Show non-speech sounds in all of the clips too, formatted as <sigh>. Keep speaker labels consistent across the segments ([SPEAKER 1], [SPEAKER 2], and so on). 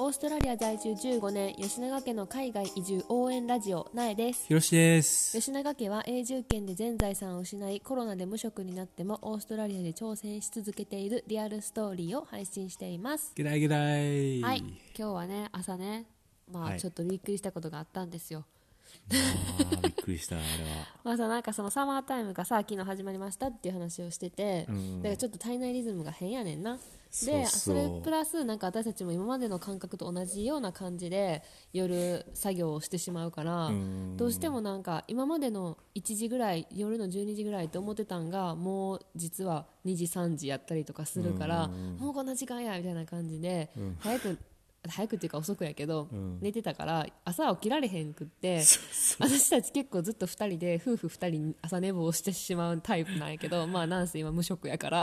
[SPEAKER 1] オーストラリア在住15年吉永家の海外移住応援ラジオなえです
[SPEAKER 2] ひろしです。
[SPEAKER 1] 吉永家は永住権で全財産を失いコロナで無職になってもオーストラリアで挑戦し続けているリアルストーリーを配信しています
[SPEAKER 2] ゲダイゲダイ。
[SPEAKER 1] はい今日はね朝ねま
[SPEAKER 2] は
[SPEAKER 1] あ
[SPEAKER 2] い
[SPEAKER 1] ちょっとびっくりしたことがあったんですよ、
[SPEAKER 2] あーびっくりした、あれは。
[SPEAKER 1] まあさなんかそのサマータイムがさ昨日始まりましたっていう話をしてて、
[SPEAKER 2] うん
[SPEAKER 1] だからちょっと体内リズムが変やねんな
[SPEAKER 2] そう
[SPEAKER 1] で
[SPEAKER 2] そう
[SPEAKER 1] れプラスなんか私たちも今までの感覚と同じような感じで夜作業をしてしまうから、
[SPEAKER 2] うん
[SPEAKER 1] どうしてもなんか今までの1時ぐらい夜の12時ぐらいと思ってたんがもう実は2時3時やったりとかするから、もうこんな時間やみたいな感じで、早く早くっていうか遅くやけど、
[SPEAKER 2] ん
[SPEAKER 1] 寝てたから朝は起きられへんくって私たち結構ずっと2人で夫婦2人朝寝坊してしまうタイプなんやけどまあなんせ今無職やから。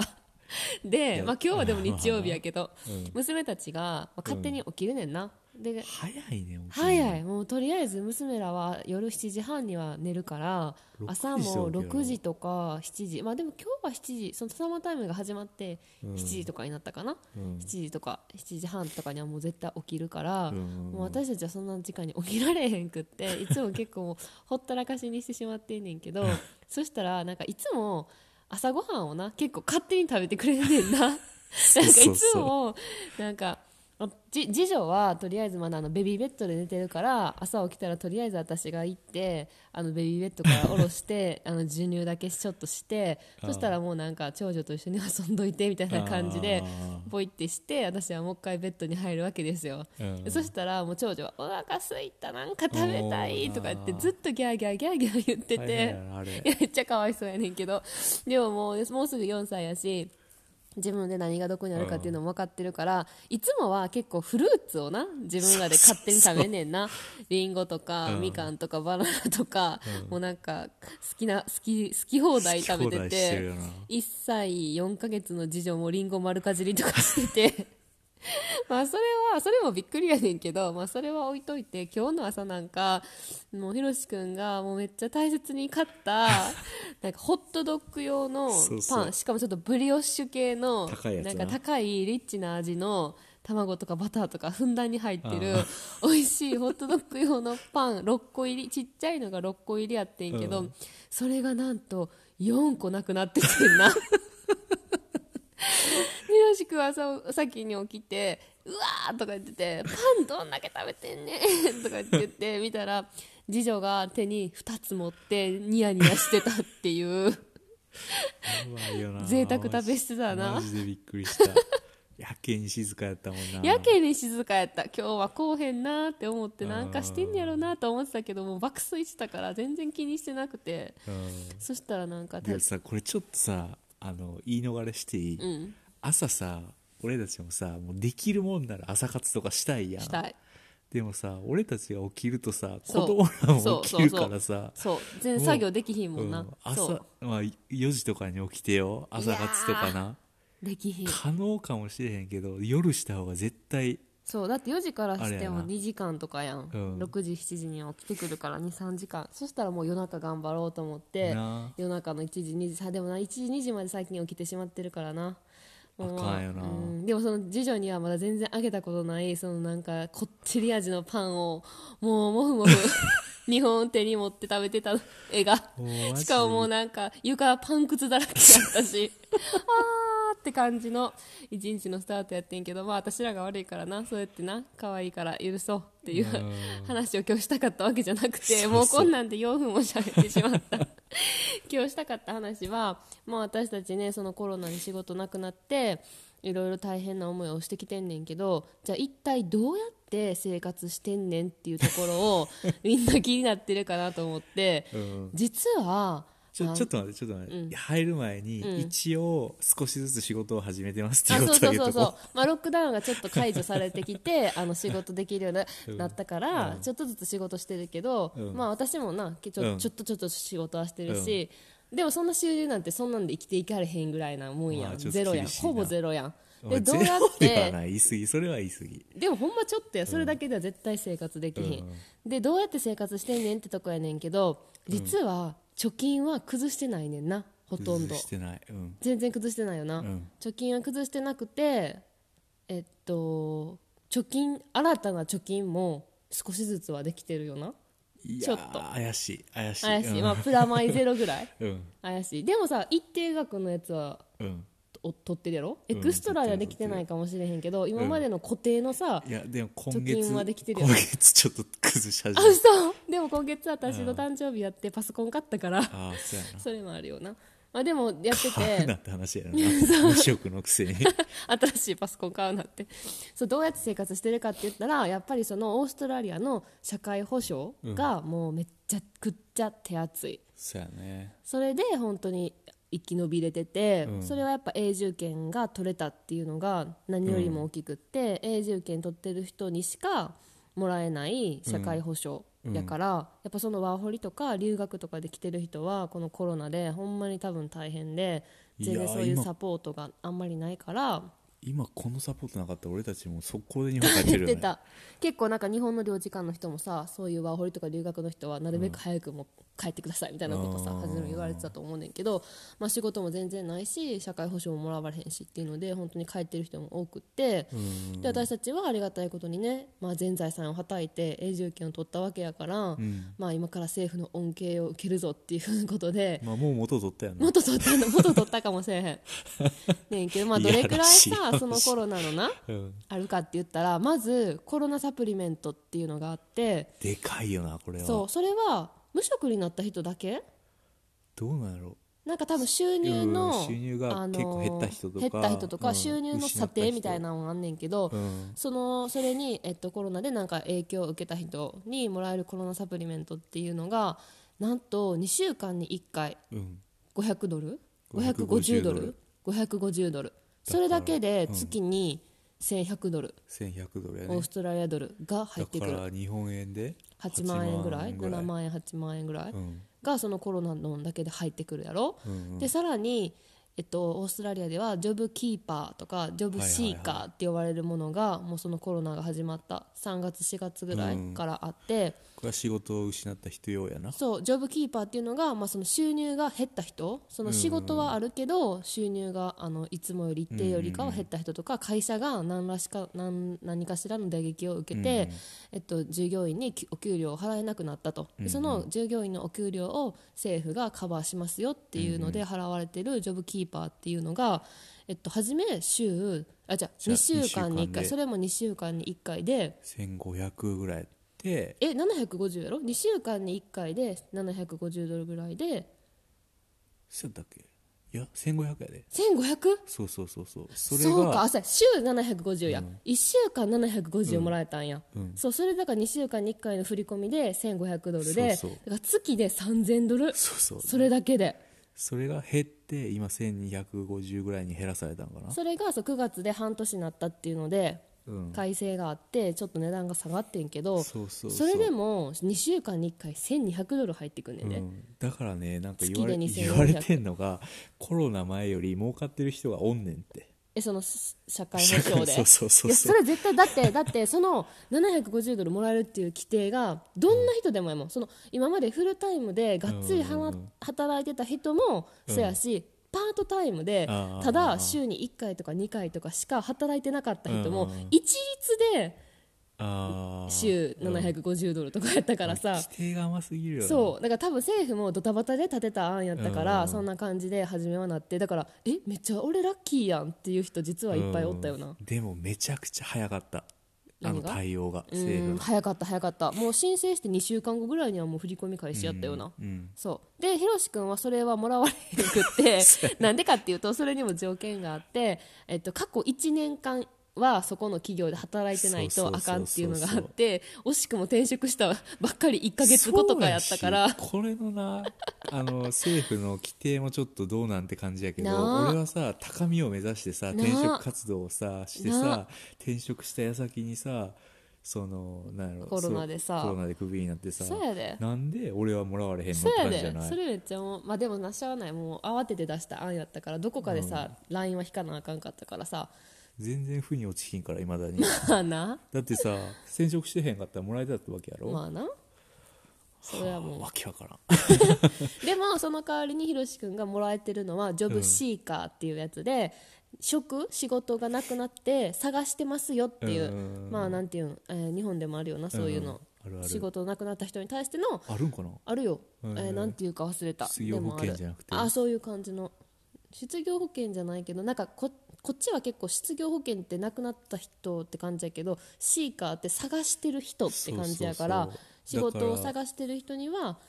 [SPEAKER 1] で、まあ、今日はでも日曜日やけど、娘たちが、まあ勝手に起きるねんな、で
[SPEAKER 2] 早いね、
[SPEAKER 1] 早いもうとりあえず娘らは夜7時半には寝るから
[SPEAKER 2] 6
[SPEAKER 1] 朝も
[SPEAKER 2] 時だけど
[SPEAKER 1] 6時とか7時まあでも今日は7時そのサマータイムが始まって7時とかになったかな、7時とか7時半とかにはもう絶対起きるから、
[SPEAKER 2] ん
[SPEAKER 1] もう私たちはそんな時間に起きられへんくっていつも結構もうほったらかしにしてしまってんねんけどそしたらなんかいつも朝ごはんをな結構勝手に食べてくれんねんな。な
[SPEAKER 2] そうん
[SPEAKER 1] か
[SPEAKER 2] そ
[SPEAKER 1] いうつ
[SPEAKER 2] そう
[SPEAKER 1] もなんかあじ次女はとりあえずまだあのベビーベッドで寝てるから朝起きたらとりあえず私が行ってあのベビーベッドから下ろして <laughs> あの授乳だけちょっとしてそしたらもうなんか長女と一緒に遊んどいてみたいな感じで
[SPEAKER 2] あ
[SPEAKER 1] ポイってして私はもう一回ベッドに入るわけですよ。
[SPEAKER 2] うん
[SPEAKER 1] そしたらもう長女は「お腹すいたなんか食べたい」とか言ってずっとギャーギャーギャーギャー言って
[SPEAKER 2] 大変
[SPEAKER 1] て
[SPEAKER 2] や。なあれ
[SPEAKER 1] いやめっちゃかわいそうやねんけどでももうもうすぐ4歳やし自分で何がどこにあるかっていうのも分かってるから、いつもは結構フルーツをな自分らで勝手に食べんねんなりんごとか、みかんとかバナナとか、もうなんか好きな好き好き放題食べて
[SPEAKER 2] 好き放題
[SPEAKER 1] て
[SPEAKER 2] してるよな
[SPEAKER 1] 1歳4ヶ月の次女もりんご丸かじりとかしてて。 <laughs> まあそれはそれもびっくりやねんけど、まあ、それは置いといて今日の朝なんかもうひろしくんがもうめっちゃ大切に買った
[SPEAKER 2] <laughs>
[SPEAKER 1] なんかホットドッグ用のパン
[SPEAKER 2] そうそう
[SPEAKER 1] しかもちょっとブリオッシュ系の
[SPEAKER 2] 高いやつ
[SPEAKER 1] なん
[SPEAKER 2] な
[SPEAKER 1] か高いリッチな味の卵とかバターとかふんだんに入ってる <laughs> 美味しいホットドッグ用のパン6個入りちっちゃいのが6個入りやってんけど、
[SPEAKER 2] う
[SPEAKER 1] それがなんと4個なくなってきてん
[SPEAKER 2] <laughs>
[SPEAKER 1] な。ひろしくは朝先に起きて「うわー!」とか言ってて「パンどんだけ食べてんねん!」
[SPEAKER 2] <laughs>
[SPEAKER 1] とかって言って見たら次女が手に2つ持ってニヤニヤしてたっていう
[SPEAKER 2] うまいよな
[SPEAKER 1] 贅沢食べしてたな
[SPEAKER 2] マジでびっくりした。やけに静かやったもんな。
[SPEAKER 1] やけに静かやった今日はこうへんなーって思ってなんかしてんやろなと思ってたけどもう爆睡してたから全然気にしてなくて
[SPEAKER 2] うん
[SPEAKER 1] そしたらなんか
[SPEAKER 2] でもさ、これちょっとさ、あの、言い逃れしていい、
[SPEAKER 1] ん
[SPEAKER 2] 朝さ、俺たちもさ、もうできるもんなら朝活とかしたいやん。
[SPEAKER 1] したい
[SPEAKER 2] でもさ、俺たちが起きるとさ、子
[SPEAKER 1] そう
[SPEAKER 2] 供ら
[SPEAKER 1] そ
[SPEAKER 2] も
[SPEAKER 1] う
[SPEAKER 2] 起
[SPEAKER 1] そ
[SPEAKER 2] き
[SPEAKER 1] う
[SPEAKER 2] る
[SPEAKER 1] そう
[SPEAKER 2] からさ、
[SPEAKER 1] そう全然作業できひんも
[SPEAKER 2] うん
[SPEAKER 1] な、
[SPEAKER 2] ん
[SPEAKER 1] そう
[SPEAKER 2] 朝、まあ、4時とかに起きてよ朝活とかな
[SPEAKER 1] できひん
[SPEAKER 2] 可能かもしれへんけど夜した方が絶対
[SPEAKER 1] そうだって4時から
[SPEAKER 2] あ
[SPEAKER 1] し
[SPEAKER 2] れ
[SPEAKER 1] て
[SPEAKER 2] や
[SPEAKER 1] も
[SPEAKER 2] な
[SPEAKER 1] 2時間とかやん、
[SPEAKER 2] うん
[SPEAKER 1] 6時7時には起きてくるから23時間そしたらもう夜中頑張ろうと思って
[SPEAKER 2] な
[SPEAKER 1] 夜中の1時2時さでもな1時2時まで最近起きてしまってるからなもう
[SPEAKER 2] あかんよな
[SPEAKER 1] うんでもその次女にはまだ全然あげたことないそのなんかこってり味のパンをもうもふも
[SPEAKER 2] <laughs>
[SPEAKER 1] ふ2本手に持って食べてた絵が
[SPEAKER 2] もうマジで
[SPEAKER 1] しかももうなんか床パン靴だらけだったしあーって感じの一日のスタートやってんけどまあ私らが悪いからなそうやってな可愛いから許そうっていう
[SPEAKER 2] うん
[SPEAKER 1] 話を今日したかったわけじゃなくて
[SPEAKER 2] そうそう
[SPEAKER 1] もうこんなんで4分も喋ってしまった <laughs> 今日したかった話は、まあ、私たちねそのコロナに仕事なくなっていろいろ大変な思いをしてきてんねんけどじゃあ一体どうやって生活してんねんっていうところをみんな気になってるかなと思って、
[SPEAKER 2] うん
[SPEAKER 1] 実は
[SPEAKER 2] ちょ
[SPEAKER 1] あ
[SPEAKER 2] ちょっと待ってちょっと待って、入る前に、一応少しずつ仕事を始めてますって
[SPEAKER 1] あ
[SPEAKER 2] 言
[SPEAKER 1] そう
[SPEAKER 2] って
[SPEAKER 1] そう
[SPEAKER 2] あげ
[SPEAKER 1] そう
[SPEAKER 2] と
[SPEAKER 1] そ
[SPEAKER 2] こ
[SPEAKER 1] う、まあ、ロックダウンがちょっと解除されてき
[SPEAKER 2] <laughs>
[SPEAKER 1] てあの仕事できるようにななったから、ちょっとずつ仕事してるけど、
[SPEAKER 2] うん
[SPEAKER 1] まあ私もなけちょ,、
[SPEAKER 2] うん
[SPEAKER 1] ちょっとちょっと仕事はしてるし、でもそんな収入なんてそんなんで生きていかれへんぐらいなもんやん、
[SPEAKER 2] まあちょっと
[SPEAKER 1] ゼロやん
[SPEAKER 2] 厳しいな
[SPEAKER 1] ほぼゼロやん
[SPEAKER 2] う
[SPEAKER 1] でどうやっ
[SPEAKER 2] ゼロでは
[SPEAKER 1] て
[SPEAKER 2] ない言い過ぎそれは言い過ぎ
[SPEAKER 1] でもほんまちょっとやそれだけでは絶対生活できひん、でどうやって生活してんねんってとこやねんけど実は貯金は崩してないねんなほとんど
[SPEAKER 2] 崩してない、うん、
[SPEAKER 1] 全然崩してないよな、
[SPEAKER 2] ん
[SPEAKER 1] 貯金は崩してなくてえっと貯貯金新たな貯金も少しずつはできてるよない
[SPEAKER 2] や
[SPEAKER 1] ちょ
[SPEAKER 2] ー
[SPEAKER 1] っと
[SPEAKER 2] 怪しい怪しい
[SPEAKER 1] 怪しい、
[SPEAKER 2] うん
[SPEAKER 1] まあプラマイゼロぐら
[SPEAKER 2] <laughs>
[SPEAKER 1] い
[SPEAKER 2] うん
[SPEAKER 1] 怪しいでもさ一定額のやつは
[SPEAKER 2] うん
[SPEAKER 1] お取ってるやろエ
[SPEAKER 2] ん
[SPEAKER 1] クストラではできてないかもしれへんけど今までの固定のさ、
[SPEAKER 2] いやでも今月
[SPEAKER 1] 貯金はできてるよ
[SPEAKER 2] 今月ちょっと崩し始
[SPEAKER 1] あ
[SPEAKER 2] めた
[SPEAKER 1] そうでも今月私の誕生日やってパソコン買ったから
[SPEAKER 2] ああそうやな
[SPEAKER 1] それもあるよな、まあ、でもやって
[SPEAKER 2] 買 <laughs> うな
[SPEAKER 1] て
[SPEAKER 2] って話やな
[SPEAKER 1] <laughs>
[SPEAKER 2] 無職のくせに
[SPEAKER 1] 新しいパソコン買うなってそうどうやって生活してるかって言ったらやっぱりそのオーストラリアの社会保障がもうめっちゃくっちゃ手厚い
[SPEAKER 2] そうやね
[SPEAKER 1] それで本当に生き延びれてて、
[SPEAKER 2] うん
[SPEAKER 1] それはやっぱ永住権が取れたっていうのが何よりも大きくって、永住権取ってる人にしかもらえない社会保障やから、やっぱそのワーホリとか留学とかで来てる人はこのコロナでほんまに多分大変で全
[SPEAKER 2] い
[SPEAKER 1] 然
[SPEAKER 2] やー
[SPEAKER 1] そういう
[SPEAKER 2] 今
[SPEAKER 1] サポートがあんまりないから
[SPEAKER 2] 今このサポートなかったら俺たちもう速攻で日本帰って
[SPEAKER 1] 言
[SPEAKER 2] る
[SPEAKER 1] っ <laughs>
[SPEAKER 2] よ、ね、
[SPEAKER 1] てた結構なんか日本の領事館の人もさそういうワーホリとか留学の人はなるべく早くも帰ってくださいみたいなことさ
[SPEAKER 2] うん
[SPEAKER 1] 初め言われてたと思うねんけど、まあ、仕事も全然ないし社会保障ももらわれへんしっていうので本当に帰ってる人も多くってで私たちはありがたいことにね、まあ、全財産をはたいて永住権を取ったわけやから、まあ、今から政府の恩恵を受けるぞっていうふうなことで。
[SPEAKER 2] まあもう元取ったよな
[SPEAKER 1] 元取ったの元取ったかもしれへ
[SPEAKER 2] <laughs>
[SPEAKER 1] んねんけど、まあ、どれくらい
[SPEAKER 2] いやらしい
[SPEAKER 1] さ
[SPEAKER 2] 話
[SPEAKER 1] そのコロナのな
[SPEAKER 2] うん
[SPEAKER 1] あるかって言ったらまずコロナサプリメントっていうのがあって
[SPEAKER 2] でかいよなこれは
[SPEAKER 1] そうそれは無職になった人だけ
[SPEAKER 2] どうなんやろ
[SPEAKER 1] なんか多分収入の、
[SPEAKER 2] うん収入が
[SPEAKER 1] あの
[SPEAKER 2] 結構減った人とか
[SPEAKER 1] 減った人とか
[SPEAKER 2] うん
[SPEAKER 1] 収入の査定みたいなのがあんねんけど、
[SPEAKER 2] ん
[SPEAKER 1] そのそれに、えっと、コロナでなんか影響を受けた人にもらえるコロナサプリメントっていうのがなんと2週間に1回
[SPEAKER 2] うん
[SPEAKER 1] 500ドル550
[SPEAKER 2] 550
[SPEAKER 1] ド
[SPEAKER 2] ド
[SPEAKER 1] ル
[SPEAKER 2] ル
[SPEAKER 1] 550ドルそれだけで月に1100ドル、
[SPEAKER 2] 1100ドルや
[SPEAKER 1] オ
[SPEAKER 2] ね
[SPEAKER 1] ーストラリアドルが入って
[SPEAKER 2] だ
[SPEAKER 1] く
[SPEAKER 2] か
[SPEAKER 1] る
[SPEAKER 2] ら日本円で
[SPEAKER 1] 8万円ぐらい
[SPEAKER 2] 8万
[SPEAKER 1] 7万円8万円ぐらい
[SPEAKER 2] うん
[SPEAKER 1] がそのコロナのだけで入ってくるやろ、
[SPEAKER 2] うん
[SPEAKER 1] でさらに、えっと、オーストラリアではジョブキーパーとかジョブシーカーって呼ばれるものがもうそのコロナが始まった3月4月ぐらいからあって、
[SPEAKER 2] これは仕事を失った人用やな
[SPEAKER 1] そうジョブキーパーっていうのが、まあ、その収入が減った人その仕事はあるけど、収入があのいつもより一定よりかは減った人とか、会社が何らしか何何かしらの打撃を受けて、えっと、従業員にきお給料を払えなくなったと、でその従業員のお給料を政府がカバーしますよっていうので払われてるジョブキーパーっていうのが、えっと、初め週あじゃあ
[SPEAKER 2] じゃあ
[SPEAKER 1] 2週間に1回
[SPEAKER 2] 二週間で
[SPEAKER 1] それも2週間に1回で。
[SPEAKER 2] 1500ぐらいやって
[SPEAKER 1] え750やろ2週間に1回で750ドルぐらいで
[SPEAKER 2] そうやったっけいや1500やで
[SPEAKER 1] 1500?
[SPEAKER 2] そうそうそうそうそ
[SPEAKER 1] そ
[SPEAKER 2] れ
[SPEAKER 1] うか
[SPEAKER 2] が
[SPEAKER 1] 朝週750や、1週間750もらえたんや、そうそれだから2週間に1回の振り込みで1500ドルで
[SPEAKER 2] そうそう
[SPEAKER 1] だから月で3000ドル
[SPEAKER 2] そうそう
[SPEAKER 1] それだけで
[SPEAKER 2] それが減って今1250ぐらいに減らされたんかな
[SPEAKER 1] それがそう9月で半年になったっていうので
[SPEAKER 2] うん
[SPEAKER 1] 改正があってちょっと値段が下がってんけど
[SPEAKER 2] そうそうそう
[SPEAKER 1] れでも2週間に1回1200ドル入ってくんねんね、
[SPEAKER 2] うんだからねなんか言われ
[SPEAKER 1] 月で
[SPEAKER 2] 言
[SPEAKER 1] 2400
[SPEAKER 2] われてんのがコロナ前より儲かってる人がおんねんって
[SPEAKER 1] えそのす社会保障で
[SPEAKER 2] そうそうそ
[SPEAKER 1] い
[SPEAKER 2] うそう
[SPEAKER 1] やそれ絶対だってだってその750ドルもらえるっていう規定がどんな人でもやもん、その今までフルタイムでがっつりはな、
[SPEAKER 2] うんうんうん
[SPEAKER 1] 働いてた人もそうやし、パートタイムで
[SPEAKER 2] あー
[SPEAKER 1] ただ週に1回とか2回とかしか働いてなかった人
[SPEAKER 2] う
[SPEAKER 1] も
[SPEAKER 2] んうんうん
[SPEAKER 1] 一律で
[SPEAKER 2] ああ
[SPEAKER 1] 週750ドルとかやったからさ
[SPEAKER 2] 規定が甘すぎるよな
[SPEAKER 1] そうだから多分政府もドタバタで立てた案やったから、そんな感じで初めはなってだからえめっちゃ俺ラッキーやんっていう人実はいっぱいおったよな、
[SPEAKER 2] うんでもめちゃくちゃ早かったあ
[SPEAKER 1] 何
[SPEAKER 2] の
[SPEAKER 1] が
[SPEAKER 2] 対応が
[SPEAKER 1] う
[SPEAKER 2] 政
[SPEAKER 1] ん
[SPEAKER 2] 府
[SPEAKER 1] 早かった早かったもう申請して2週間後ぐらいにはもう振り込み開始やったよな、
[SPEAKER 2] うん
[SPEAKER 1] そうでひろし君はそれはもらわれへんくって
[SPEAKER 2] <laughs>
[SPEAKER 1] なんでかっていうとそれにも条件があって、えっと、過去1年間はそこの企業で働いてない
[SPEAKER 2] そう
[SPEAKER 1] と
[SPEAKER 2] そ
[SPEAKER 1] あ
[SPEAKER 2] うそうそう
[SPEAKER 1] かんっていうのがあって惜しくも転職したばっかり1ヶ月後とかやったから
[SPEAKER 2] そうやしこれ
[SPEAKER 1] <laughs>
[SPEAKER 2] のなあの政府の規定もちょっとどうなんて感じやけど
[SPEAKER 1] なあ
[SPEAKER 2] 俺はさ高みを目指してさ
[SPEAKER 1] なあ
[SPEAKER 2] 転職活動をさして
[SPEAKER 1] な
[SPEAKER 2] さ転職した矢先にさそのなんやろ
[SPEAKER 1] コロナでさ
[SPEAKER 2] そうコロナでクビになってさ
[SPEAKER 1] そうやで
[SPEAKER 2] なんで俺はもらわれへんのっ
[SPEAKER 1] そ
[SPEAKER 2] て
[SPEAKER 1] うや
[SPEAKER 2] 感じじゃ
[SPEAKER 1] で
[SPEAKER 2] ない
[SPEAKER 1] それめっちゃもうまあでもなしゃあないもう慌てて出した案やったからどこかでさ LINE、は引かなあかんかったからさ
[SPEAKER 2] 全然負に落ちひんからいまだに
[SPEAKER 1] まあな
[SPEAKER 2] だってさ転職してへんかったらもらえたってわけやろ、
[SPEAKER 1] まあなそれはもう
[SPEAKER 2] わけわからん <laughs>
[SPEAKER 1] でもその代わりにひろし君がもらえてるのはジョブシーカーっていうやつで、職仕事がなくなって探してますよっていう
[SPEAKER 2] うん
[SPEAKER 1] まあなんていうん、えー日本でもあるよなそういうの、
[SPEAKER 2] うんあるある
[SPEAKER 1] 仕事なくなった人に対しての
[SPEAKER 2] あるんかな
[SPEAKER 1] あるよ、
[SPEAKER 2] へ
[SPEAKER 1] え
[SPEAKER 2] ー
[SPEAKER 1] ーなんていうか忘れた
[SPEAKER 2] 失業
[SPEAKER 1] で
[SPEAKER 2] 保険
[SPEAKER 1] もある
[SPEAKER 2] じゃなくて
[SPEAKER 1] あそういう感じの失業保険じゃないけどなんかここっちは結構失業保険ってなくなった人って感じやけどシーカーって探してる人って感じやから
[SPEAKER 2] そうそうそう
[SPEAKER 1] 仕事を
[SPEAKER 2] だから
[SPEAKER 1] 探してる人には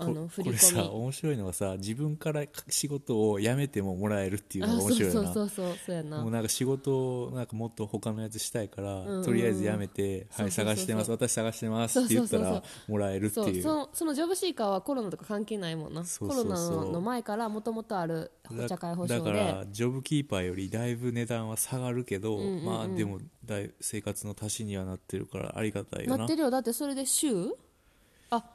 [SPEAKER 1] あ
[SPEAKER 2] こ
[SPEAKER 1] の振
[SPEAKER 2] こ
[SPEAKER 1] り
[SPEAKER 2] れさ
[SPEAKER 1] 込み
[SPEAKER 2] 面白いのはさ自分から仕事を辞めてももらえるっていう
[SPEAKER 1] あ
[SPEAKER 2] のが
[SPEAKER 1] そう
[SPEAKER 2] 面白いよ
[SPEAKER 1] そう
[SPEAKER 2] な
[SPEAKER 1] そうそうそうやな
[SPEAKER 2] もうなんか仕事をなんかもっと他のやつしたいから、とりあえず辞めて、
[SPEAKER 1] そうそうそう
[SPEAKER 2] はい、探してます私探してますって言った
[SPEAKER 1] そうそう
[SPEAKER 2] ら
[SPEAKER 1] そ
[SPEAKER 2] もらえるって
[SPEAKER 1] そう
[SPEAKER 2] いう
[SPEAKER 1] そのそのジョブシーカーはコロナとか関係ないもんな
[SPEAKER 2] そうそうそう
[SPEAKER 1] コロナの前からもともとある
[SPEAKER 2] だ
[SPEAKER 1] 社会保障
[SPEAKER 2] だか
[SPEAKER 1] で
[SPEAKER 2] らジョブキーパーよりだいぶ値段は下がるけど、まあでもだい生活の足しにはなってるからありがたいよ
[SPEAKER 1] な
[SPEAKER 2] な
[SPEAKER 1] ってるよだってそれで週あ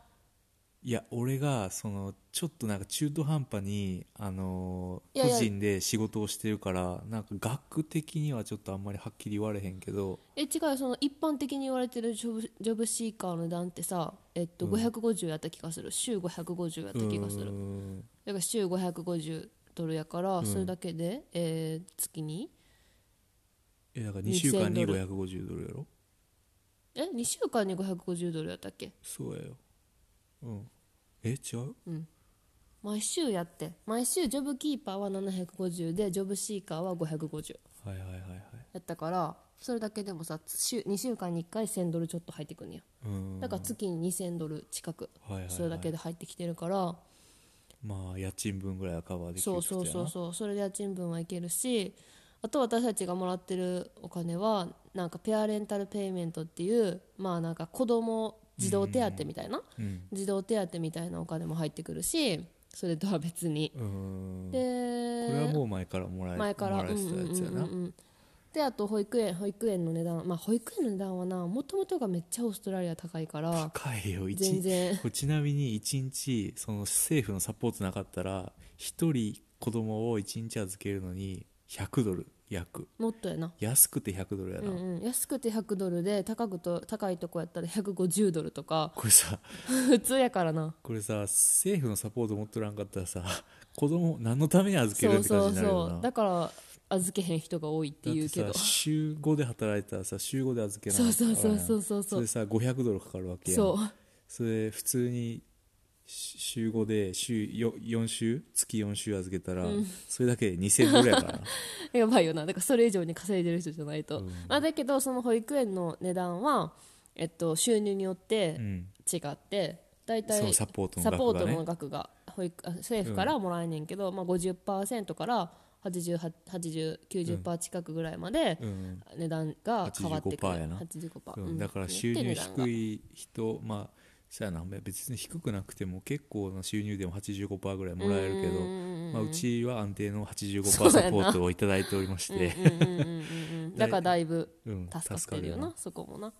[SPEAKER 2] いや俺がそのちょっとなんか中途半端に、あの
[SPEAKER 1] い
[SPEAKER 2] ー
[SPEAKER 1] やいや
[SPEAKER 2] 個人で仕事をしてるからなんか額的にはちょっとあんまりはっきり言われへんけど
[SPEAKER 1] え違うよその一般的に言われてるジョブジョブシーカーの値段ってさ、えっと、550やった気がする、週550やった気がす
[SPEAKER 2] うー
[SPEAKER 1] る
[SPEAKER 2] ん
[SPEAKER 1] だから週550ドルやから、それだけで、えー月に
[SPEAKER 2] えだから2週間に
[SPEAKER 1] 2000ドル
[SPEAKER 2] 550ドルやろ
[SPEAKER 1] え2週間に550ドルやったっけ
[SPEAKER 2] そうやようんえ違う
[SPEAKER 1] 毎週やって毎週ジョブキーパーは750でジョブシーカーは550
[SPEAKER 2] はいはいはいはい
[SPEAKER 1] やったからそれだけでもさ週2週間に1回1000ドルちょっと入ってくんねや
[SPEAKER 2] うーん
[SPEAKER 1] だから月に2000ドル近く
[SPEAKER 2] はいはいはい
[SPEAKER 1] それだけで入ってきてるから、
[SPEAKER 2] まあ家賃分ぐらいはカバーできる
[SPEAKER 1] そうそうそうそうそれで家賃分はいけるしあと私たちがもらってるお金はなんかペアレンタルペイメントっていうまあなんか子供児童手当みたいな、
[SPEAKER 2] ううん
[SPEAKER 1] 児童手当みたいなお金も入ってくるしそれとは別に、
[SPEAKER 2] うーんこ
[SPEAKER 1] で
[SPEAKER 2] れはもう前からもらえ
[SPEAKER 1] 前から
[SPEAKER 2] もらえてたやつやな、
[SPEAKER 1] うんうんうんうんであと保育園保育園の値段まあ保育園の値段はなもともとがめっちゃオーストラリア高いから
[SPEAKER 2] 高いよ一
[SPEAKER 1] 全然
[SPEAKER 2] <laughs> これちなみに1日その政府のサポートなかったら1人子供を1日預けるのに100ドル約
[SPEAKER 1] もっとやな
[SPEAKER 2] 安くて100ドルや
[SPEAKER 1] う
[SPEAKER 2] な、
[SPEAKER 1] んうん、安くて100ドルで高くと高いとこやったら150ドルとか
[SPEAKER 2] これさ
[SPEAKER 1] 普通やからな
[SPEAKER 2] これさ政府のサポート持っとらんかったらさ子供何のために預けるって感じになるよな
[SPEAKER 1] だから預けへん人が多いって言うけ
[SPEAKER 2] だ
[SPEAKER 1] ど
[SPEAKER 2] ってさ週5で働いたらさ週5で預けな
[SPEAKER 1] そうそうそう
[SPEAKER 2] そ
[SPEAKER 1] そうそう
[SPEAKER 2] そ
[SPEAKER 1] そう
[SPEAKER 2] れさ500ドルかかるわけやん
[SPEAKER 1] そう
[SPEAKER 2] それ普通にし週5で週 4, 4週月4週預けたら、それだけで2000ドルや
[SPEAKER 1] <laughs>
[SPEAKER 2] からな
[SPEAKER 1] やばいよなだからそれ以上に稼いでる人じゃないと、まあ、だけどその保育園の値段は、えっと、収入によって
[SPEAKER 2] ん
[SPEAKER 1] 違って、大
[SPEAKER 2] そ
[SPEAKER 1] 体
[SPEAKER 2] のサポートの
[SPEAKER 1] サ
[SPEAKER 2] 額がね
[SPEAKER 1] ポートの額が保育あ政府からもらえねんけど、まあ、50%から8090%近くぐらいまで
[SPEAKER 2] うん
[SPEAKER 1] 値段が変わってくる、
[SPEAKER 2] 85%やな
[SPEAKER 1] 85%
[SPEAKER 2] うん
[SPEAKER 1] うん
[SPEAKER 2] だから収入低
[SPEAKER 1] い
[SPEAKER 2] い人まあそうやな別に低くなくても結構な収入でも85%ぐらいもらえるけ
[SPEAKER 1] うんうん
[SPEAKER 2] ど
[SPEAKER 1] うんうん
[SPEAKER 2] まあ、うちは安定の85%
[SPEAKER 1] そ
[SPEAKER 2] サ
[SPEAKER 1] うやな
[SPEAKER 2] ポートをいただいておりまして
[SPEAKER 1] だからだいぶ
[SPEAKER 2] <laughs> うん
[SPEAKER 1] 助かってるよ
[SPEAKER 2] な
[SPEAKER 1] なそこもなっ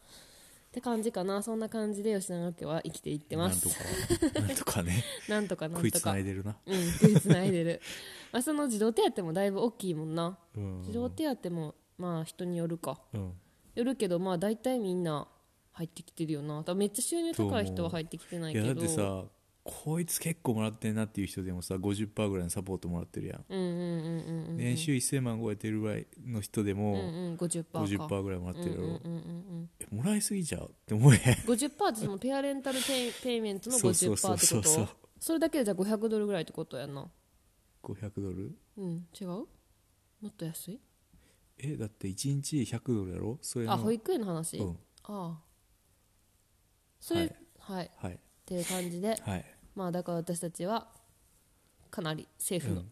[SPEAKER 1] て感じかなそんな感じで吉永家は生きていって
[SPEAKER 2] な
[SPEAKER 1] ま
[SPEAKER 2] んと
[SPEAKER 1] す
[SPEAKER 2] かなんと
[SPEAKER 1] <laughs>
[SPEAKER 2] かね
[SPEAKER 1] なんとかなん
[SPEAKER 2] 食い
[SPEAKER 1] と
[SPEAKER 2] つ
[SPEAKER 1] か
[SPEAKER 2] ないでるな、
[SPEAKER 1] うん食いつないでるまあその児童手当もだいぶ大きいもんな
[SPEAKER 2] うん
[SPEAKER 1] 児童手当もまあ人によるか
[SPEAKER 2] うん、
[SPEAKER 1] よるけどまあ大体みんな入ってきてるよな多分めっちゃ収入高い人は入ってきてない
[SPEAKER 2] い
[SPEAKER 1] け
[SPEAKER 2] や
[SPEAKER 1] ど
[SPEAKER 2] だってさこいつ結構もらってんなっていう人でもさ50%ぐらいのサポートもらってるやん、
[SPEAKER 1] うんうんうんうんうん
[SPEAKER 2] 年収1000万超えてるぐらいの人で
[SPEAKER 1] うん
[SPEAKER 2] も
[SPEAKER 1] うん50%か
[SPEAKER 2] 50%ぐらいもらってるやろ、
[SPEAKER 1] うんうんうん
[SPEAKER 2] えもらいすぎちゃうって思えへん
[SPEAKER 1] うん50%ってそのペアレンタルペイペイメントの
[SPEAKER 2] そう
[SPEAKER 1] 50%
[SPEAKER 2] そうそう
[SPEAKER 1] って
[SPEAKER 2] そ
[SPEAKER 1] こ
[SPEAKER 2] うそう
[SPEAKER 1] とそれだけでじゃあ500ドルぐらいってことやんな
[SPEAKER 2] 500ドル
[SPEAKER 1] うん違うもっと安い
[SPEAKER 2] えだって1日100ドルやろそれの
[SPEAKER 1] あ保育園の話、
[SPEAKER 2] うん
[SPEAKER 1] ああそれ
[SPEAKER 2] は
[SPEAKER 1] はいい、
[SPEAKER 2] はい
[SPEAKER 1] っていう感じで
[SPEAKER 2] はい
[SPEAKER 1] まあだから私たちはかなり政府の
[SPEAKER 2] うん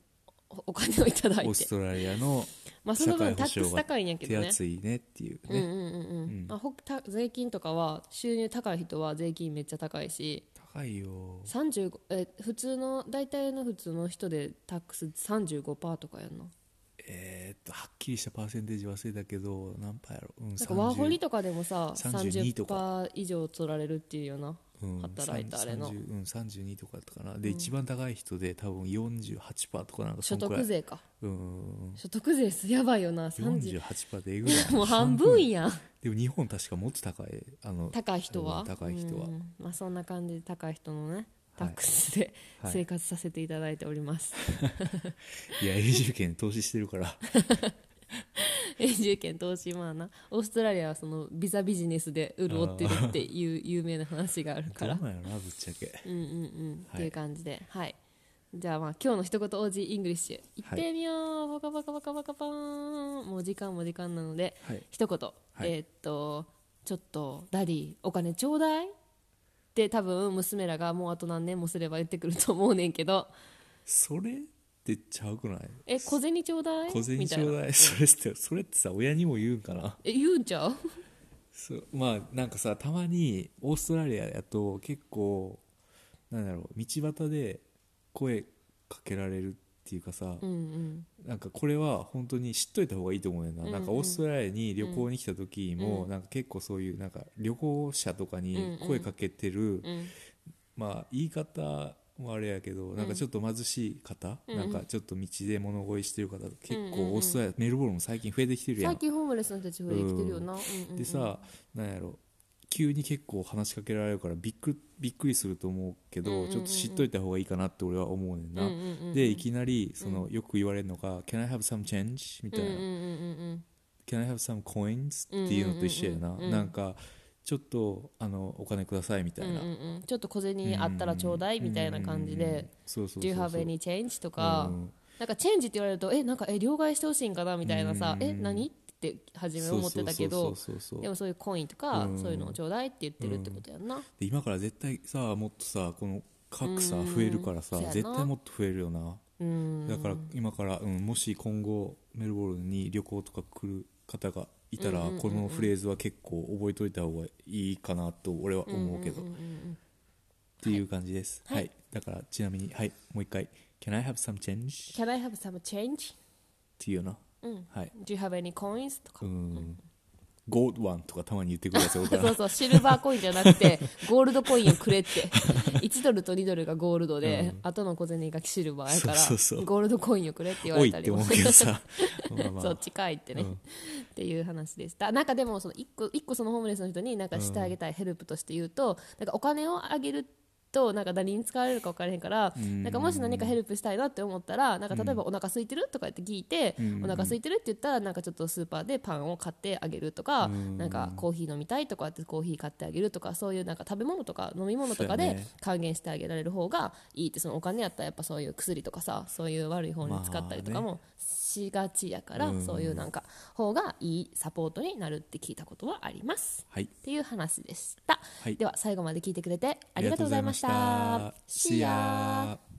[SPEAKER 1] おお金をいただ
[SPEAKER 2] オ
[SPEAKER 1] い
[SPEAKER 2] ー
[SPEAKER 1] て
[SPEAKER 2] ス、トラリアの
[SPEAKER 1] まあその分タックス高いんやけ
[SPEAKER 2] 手
[SPEAKER 1] どね
[SPEAKER 2] 厚いねっていう
[SPEAKER 1] うん
[SPEAKER 2] ね、
[SPEAKER 1] うんうんうん、まあ、ほた税金とかは収入高い人は税金めっちゃ高いし
[SPEAKER 2] 高いよ
[SPEAKER 1] 35え普通の大体の普通の人でタックス35%とかやんな
[SPEAKER 2] えー、っとはっきりしたパーセンテージ忘れたけど何パーやろう
[SPEAKER 1] な
[SPEAKER 2] ん
[SPEAKER 1] んかワーホリ
[SPEAKER 2] 30
[SPEAKER 1] とかでもさ
[SPEAKER 2] 32と
[SPEAKER 1] 30%以上取られるっていうような
[SPEAKER 2] うん
[SPEAKER 1] 働いたあれの
[SPEAKER 2] 30うん、32とかだったかなで、一番高い人で多分48%とかなんかそ
[SPEAKER 1] 所
[SPEAKER 2] のく
[SPEAKER 1] 得
[SPEAKER 2] らい
[SPEAKER 1] 税か
[SPEAKER 2] うんうん
[SPEAKER 1] 所得税すやばいよな
[SPEAKER 2] うん
[SPEAKER 1] 30
[SPEAKER 2] 48%でえぐいな
[SPEAKER 1] <laughs> もう半分やん
[SPEAKER 2] でも日本確かもっと高いあの
[SPEAKER 1] 高い人は
[SPEAKER 2] うん高い人は
[SPEAKER 1] うんまあそんな感じで高い人のねバックスで
[SPEAKER 2] はい
[SPEAKER 1] 生活させていただいております、 <laughs>
[SPEAKER 2] いや永住権に投資してるから
[SPEAKER 1] 永住権投資まあなオーストラリアはそのビザビジネスで潤ってるっていう有名な話があるか
[SPEAKER 2] ど
[SPEAKER 1] ら
[SPEAKER 2] うなんやろなぶっちゃけ
[SPEAKER 1] うんうんうん、
[SPEAKER 2] はい
[SPEAKER 1] っていう感じではいじゃあまあ今日の一言 OG イングリッシュい
[SPEAKER 2] はい
[SPEAKER 1] ってみよう、バカバカバカバカパーンもう時間も時間なので、
[SPEAKER 2] はい
[SPEAKER 1] 一言、
[SPEAKER 2] い
[SPEAKER 1] えーっとちょっとダディお金ちょうだいって多分娘らがもうあと何年もすれば言ってくると思うねんけど
[SPEAKER 2] それってちゃうくない
[SPEAKER 1] え小銭ちょうだい
[SPEAKER 2] 小銭
[SPEAKER 1] み
[SPEAKER 2] ち
[SPEAKER 1] たい
[SPEAKER 2] ょう
[SPEAKER 1] な
[SPEAKER 2] だい <laughs> それってそれってさ親にも言うんかな
[SPEAKER 1] え言うんちゃう
[SPEAKER 2] そうまあなんかさたまにオーストラリアやと結構なんだろう道端で声かけられるっていうかさ、
[SPEAKER 1] うんうん
[SPEAKER 2] なんかこれは本当に知っといた方がいいと思うねんな,、
[SPEAKER 1] うんうん
[SPEAKER 2] なんかオーストラリアに旅行に来た時も、
[SPEAKER 1] うん
[SPEAKER 2] なんか結構そういうなんか旅行者とかに声かけて
[SPEAKER 1] う
[SPEAKER 2] る、
[SPEAKER 1] ん
[SPEAKER 2] まあ言い方もあれやけどなんかちょっと貧しい方、
[SPEAKER 1] うん
[SPEAKER 2] なんかちょっと道で物乞いしてる方結
[SPEAKER 1] うんうんうん
[SPEAKER 2] 構オーストラリア、メルボルンも最近増えてきてるやん
[SPEAKER 1] 最近ホームレスの人たち増えてきてるよな、うんうんうん
[SPEAKER 2] でさ、なんやろ急に結構話しかけられるからびっくびっくりすると思うけど、
[SPEAKER 1] うんうんうんうん
[SPEAKER 2] ちょっと知っといた方がいいかなって俺は思うねんな、
[SPEAKER 1] うんうんうんうん
[SPEAKER 2] でいきなりその、よく言われるのが「Can I have some change?」みたいな、
[SPEAKER 1] うんうんうんうん
[SPEAKER 2] Can I have some coins?」っていうのと一緒やな、
[SPEAKER 1] うんうんうんうん
[SPEAKER 2] なんかちょっとあのお金くださいみた
[SPEAKER 1] う
[SPEAKER 2] い
[SPEAKER 1] んうん
[SPEAKER 2] な、
[SPEAKER 1] うんちょっと小銭あったらちょうだいみたいな感じで
[SPEAKER 2] そうそうそうそう
[SPEAKER 1] 「Do you have any change?」とか、なんかチェンジって言われると「えなんかえ両替してほしいんかな?」みたいなさ「
[SPEAKER 2] うん
[SPEAKER 1] え何?」って初め思ってたけど
[SPEAKER 2] そうそうそうそうそう
[SPEAKER 1] でもそういうコインとか、
[SPEAKER 2] うん
[SPEAKER 1] そういうのをちょうだいって言ってるってことやんな、
[SPEAKER 2] で今から絶対さもっとさこの格差増えるからさ、
[SPEAKER 1] うんそうやな
[SPEAKER 2] 絶対もっと増えるよな
[SPEAKER 1] うん
[SPEAKER 2] だから今から、うん、もし今後メルボルンに旅行とか来る方がいたら、このフレーズは結構覚えといた方がいいかなと俺は思うけど、っていう感じです、はいだからちなみに、はい、もう一回「Can I have some change?」っ
[SPEAKER 1] Can I have some change?
[SPEAKER 2] ていうよな、
[SPEAKER 1] うん
[SPEAKER 2] はい、
[SPEAKER 1] Do you have any coins? とか、
[SPEAKER 2] うん「Gold one」とかたまに言ってくるやつ俺か
[SPEAKER 1] <laughs> <laughs> そ
[SPEAKER 2] ら
[SPEAKER 1] うそうシルバーコインじゃなくて <laughs> ゴールドコインをくれって <laughs> 1ドルと2ドルがゴールドで、後の小銭がシルバーやから
[SPEAKER 2] そうそうそう
[SPEAKER 1] ゴールドコインをくれって言わ
[SPEAKER 2] おい
[SPEAKER 1] れ
[SPEAKER 2] ったて
[SPEAKER 1] りも
[SPEAKER 2] 思うけどさ
[SPEAKER 1] <laughs>
[SPEAKER 2] まあまあ
[SPEAKER 1] そっちかいってね、っていう話でしたなんかでもその一個一個そのホームレスの人になんかしてあげたいヘルプとして言うと、なんかお金をあげるとなんか誰に使われるか分からへんから、なんかもし何かヘルプしたいなって思ったらなんか例えばお腹空いてるとか言って聞いて、お腹空いてるって言ったらなんかちょっとスーパーでパンを買ってあげるとか、なんかコーヒー飲みたいとかってコーヒー買ってあげるとかそういうなんか食べ物とか飲み物とか
[SPEAKER 2] そうや
[SPEAKER 1] で
[SPEAKER 2] ね
[SPEAKER 1] 還元してあげられる方がいいってそのお金やったらやっぱそういう薬とかさそういう悪い方に使ったりとかもしがちやから、そういうなんか方がいいサポートになるって聞いたことはあります
[SPEAKER 2] はい
[SPEAKER 1] っていう話でした、
[SPEAKER 2] はい
[SPEAKER 1] では最後まで聞いてくれてありがとうございました
[SPEAKER 2] ありがとうございました See
[SPEAKER 1] See ya
[SPEAKER 2] ya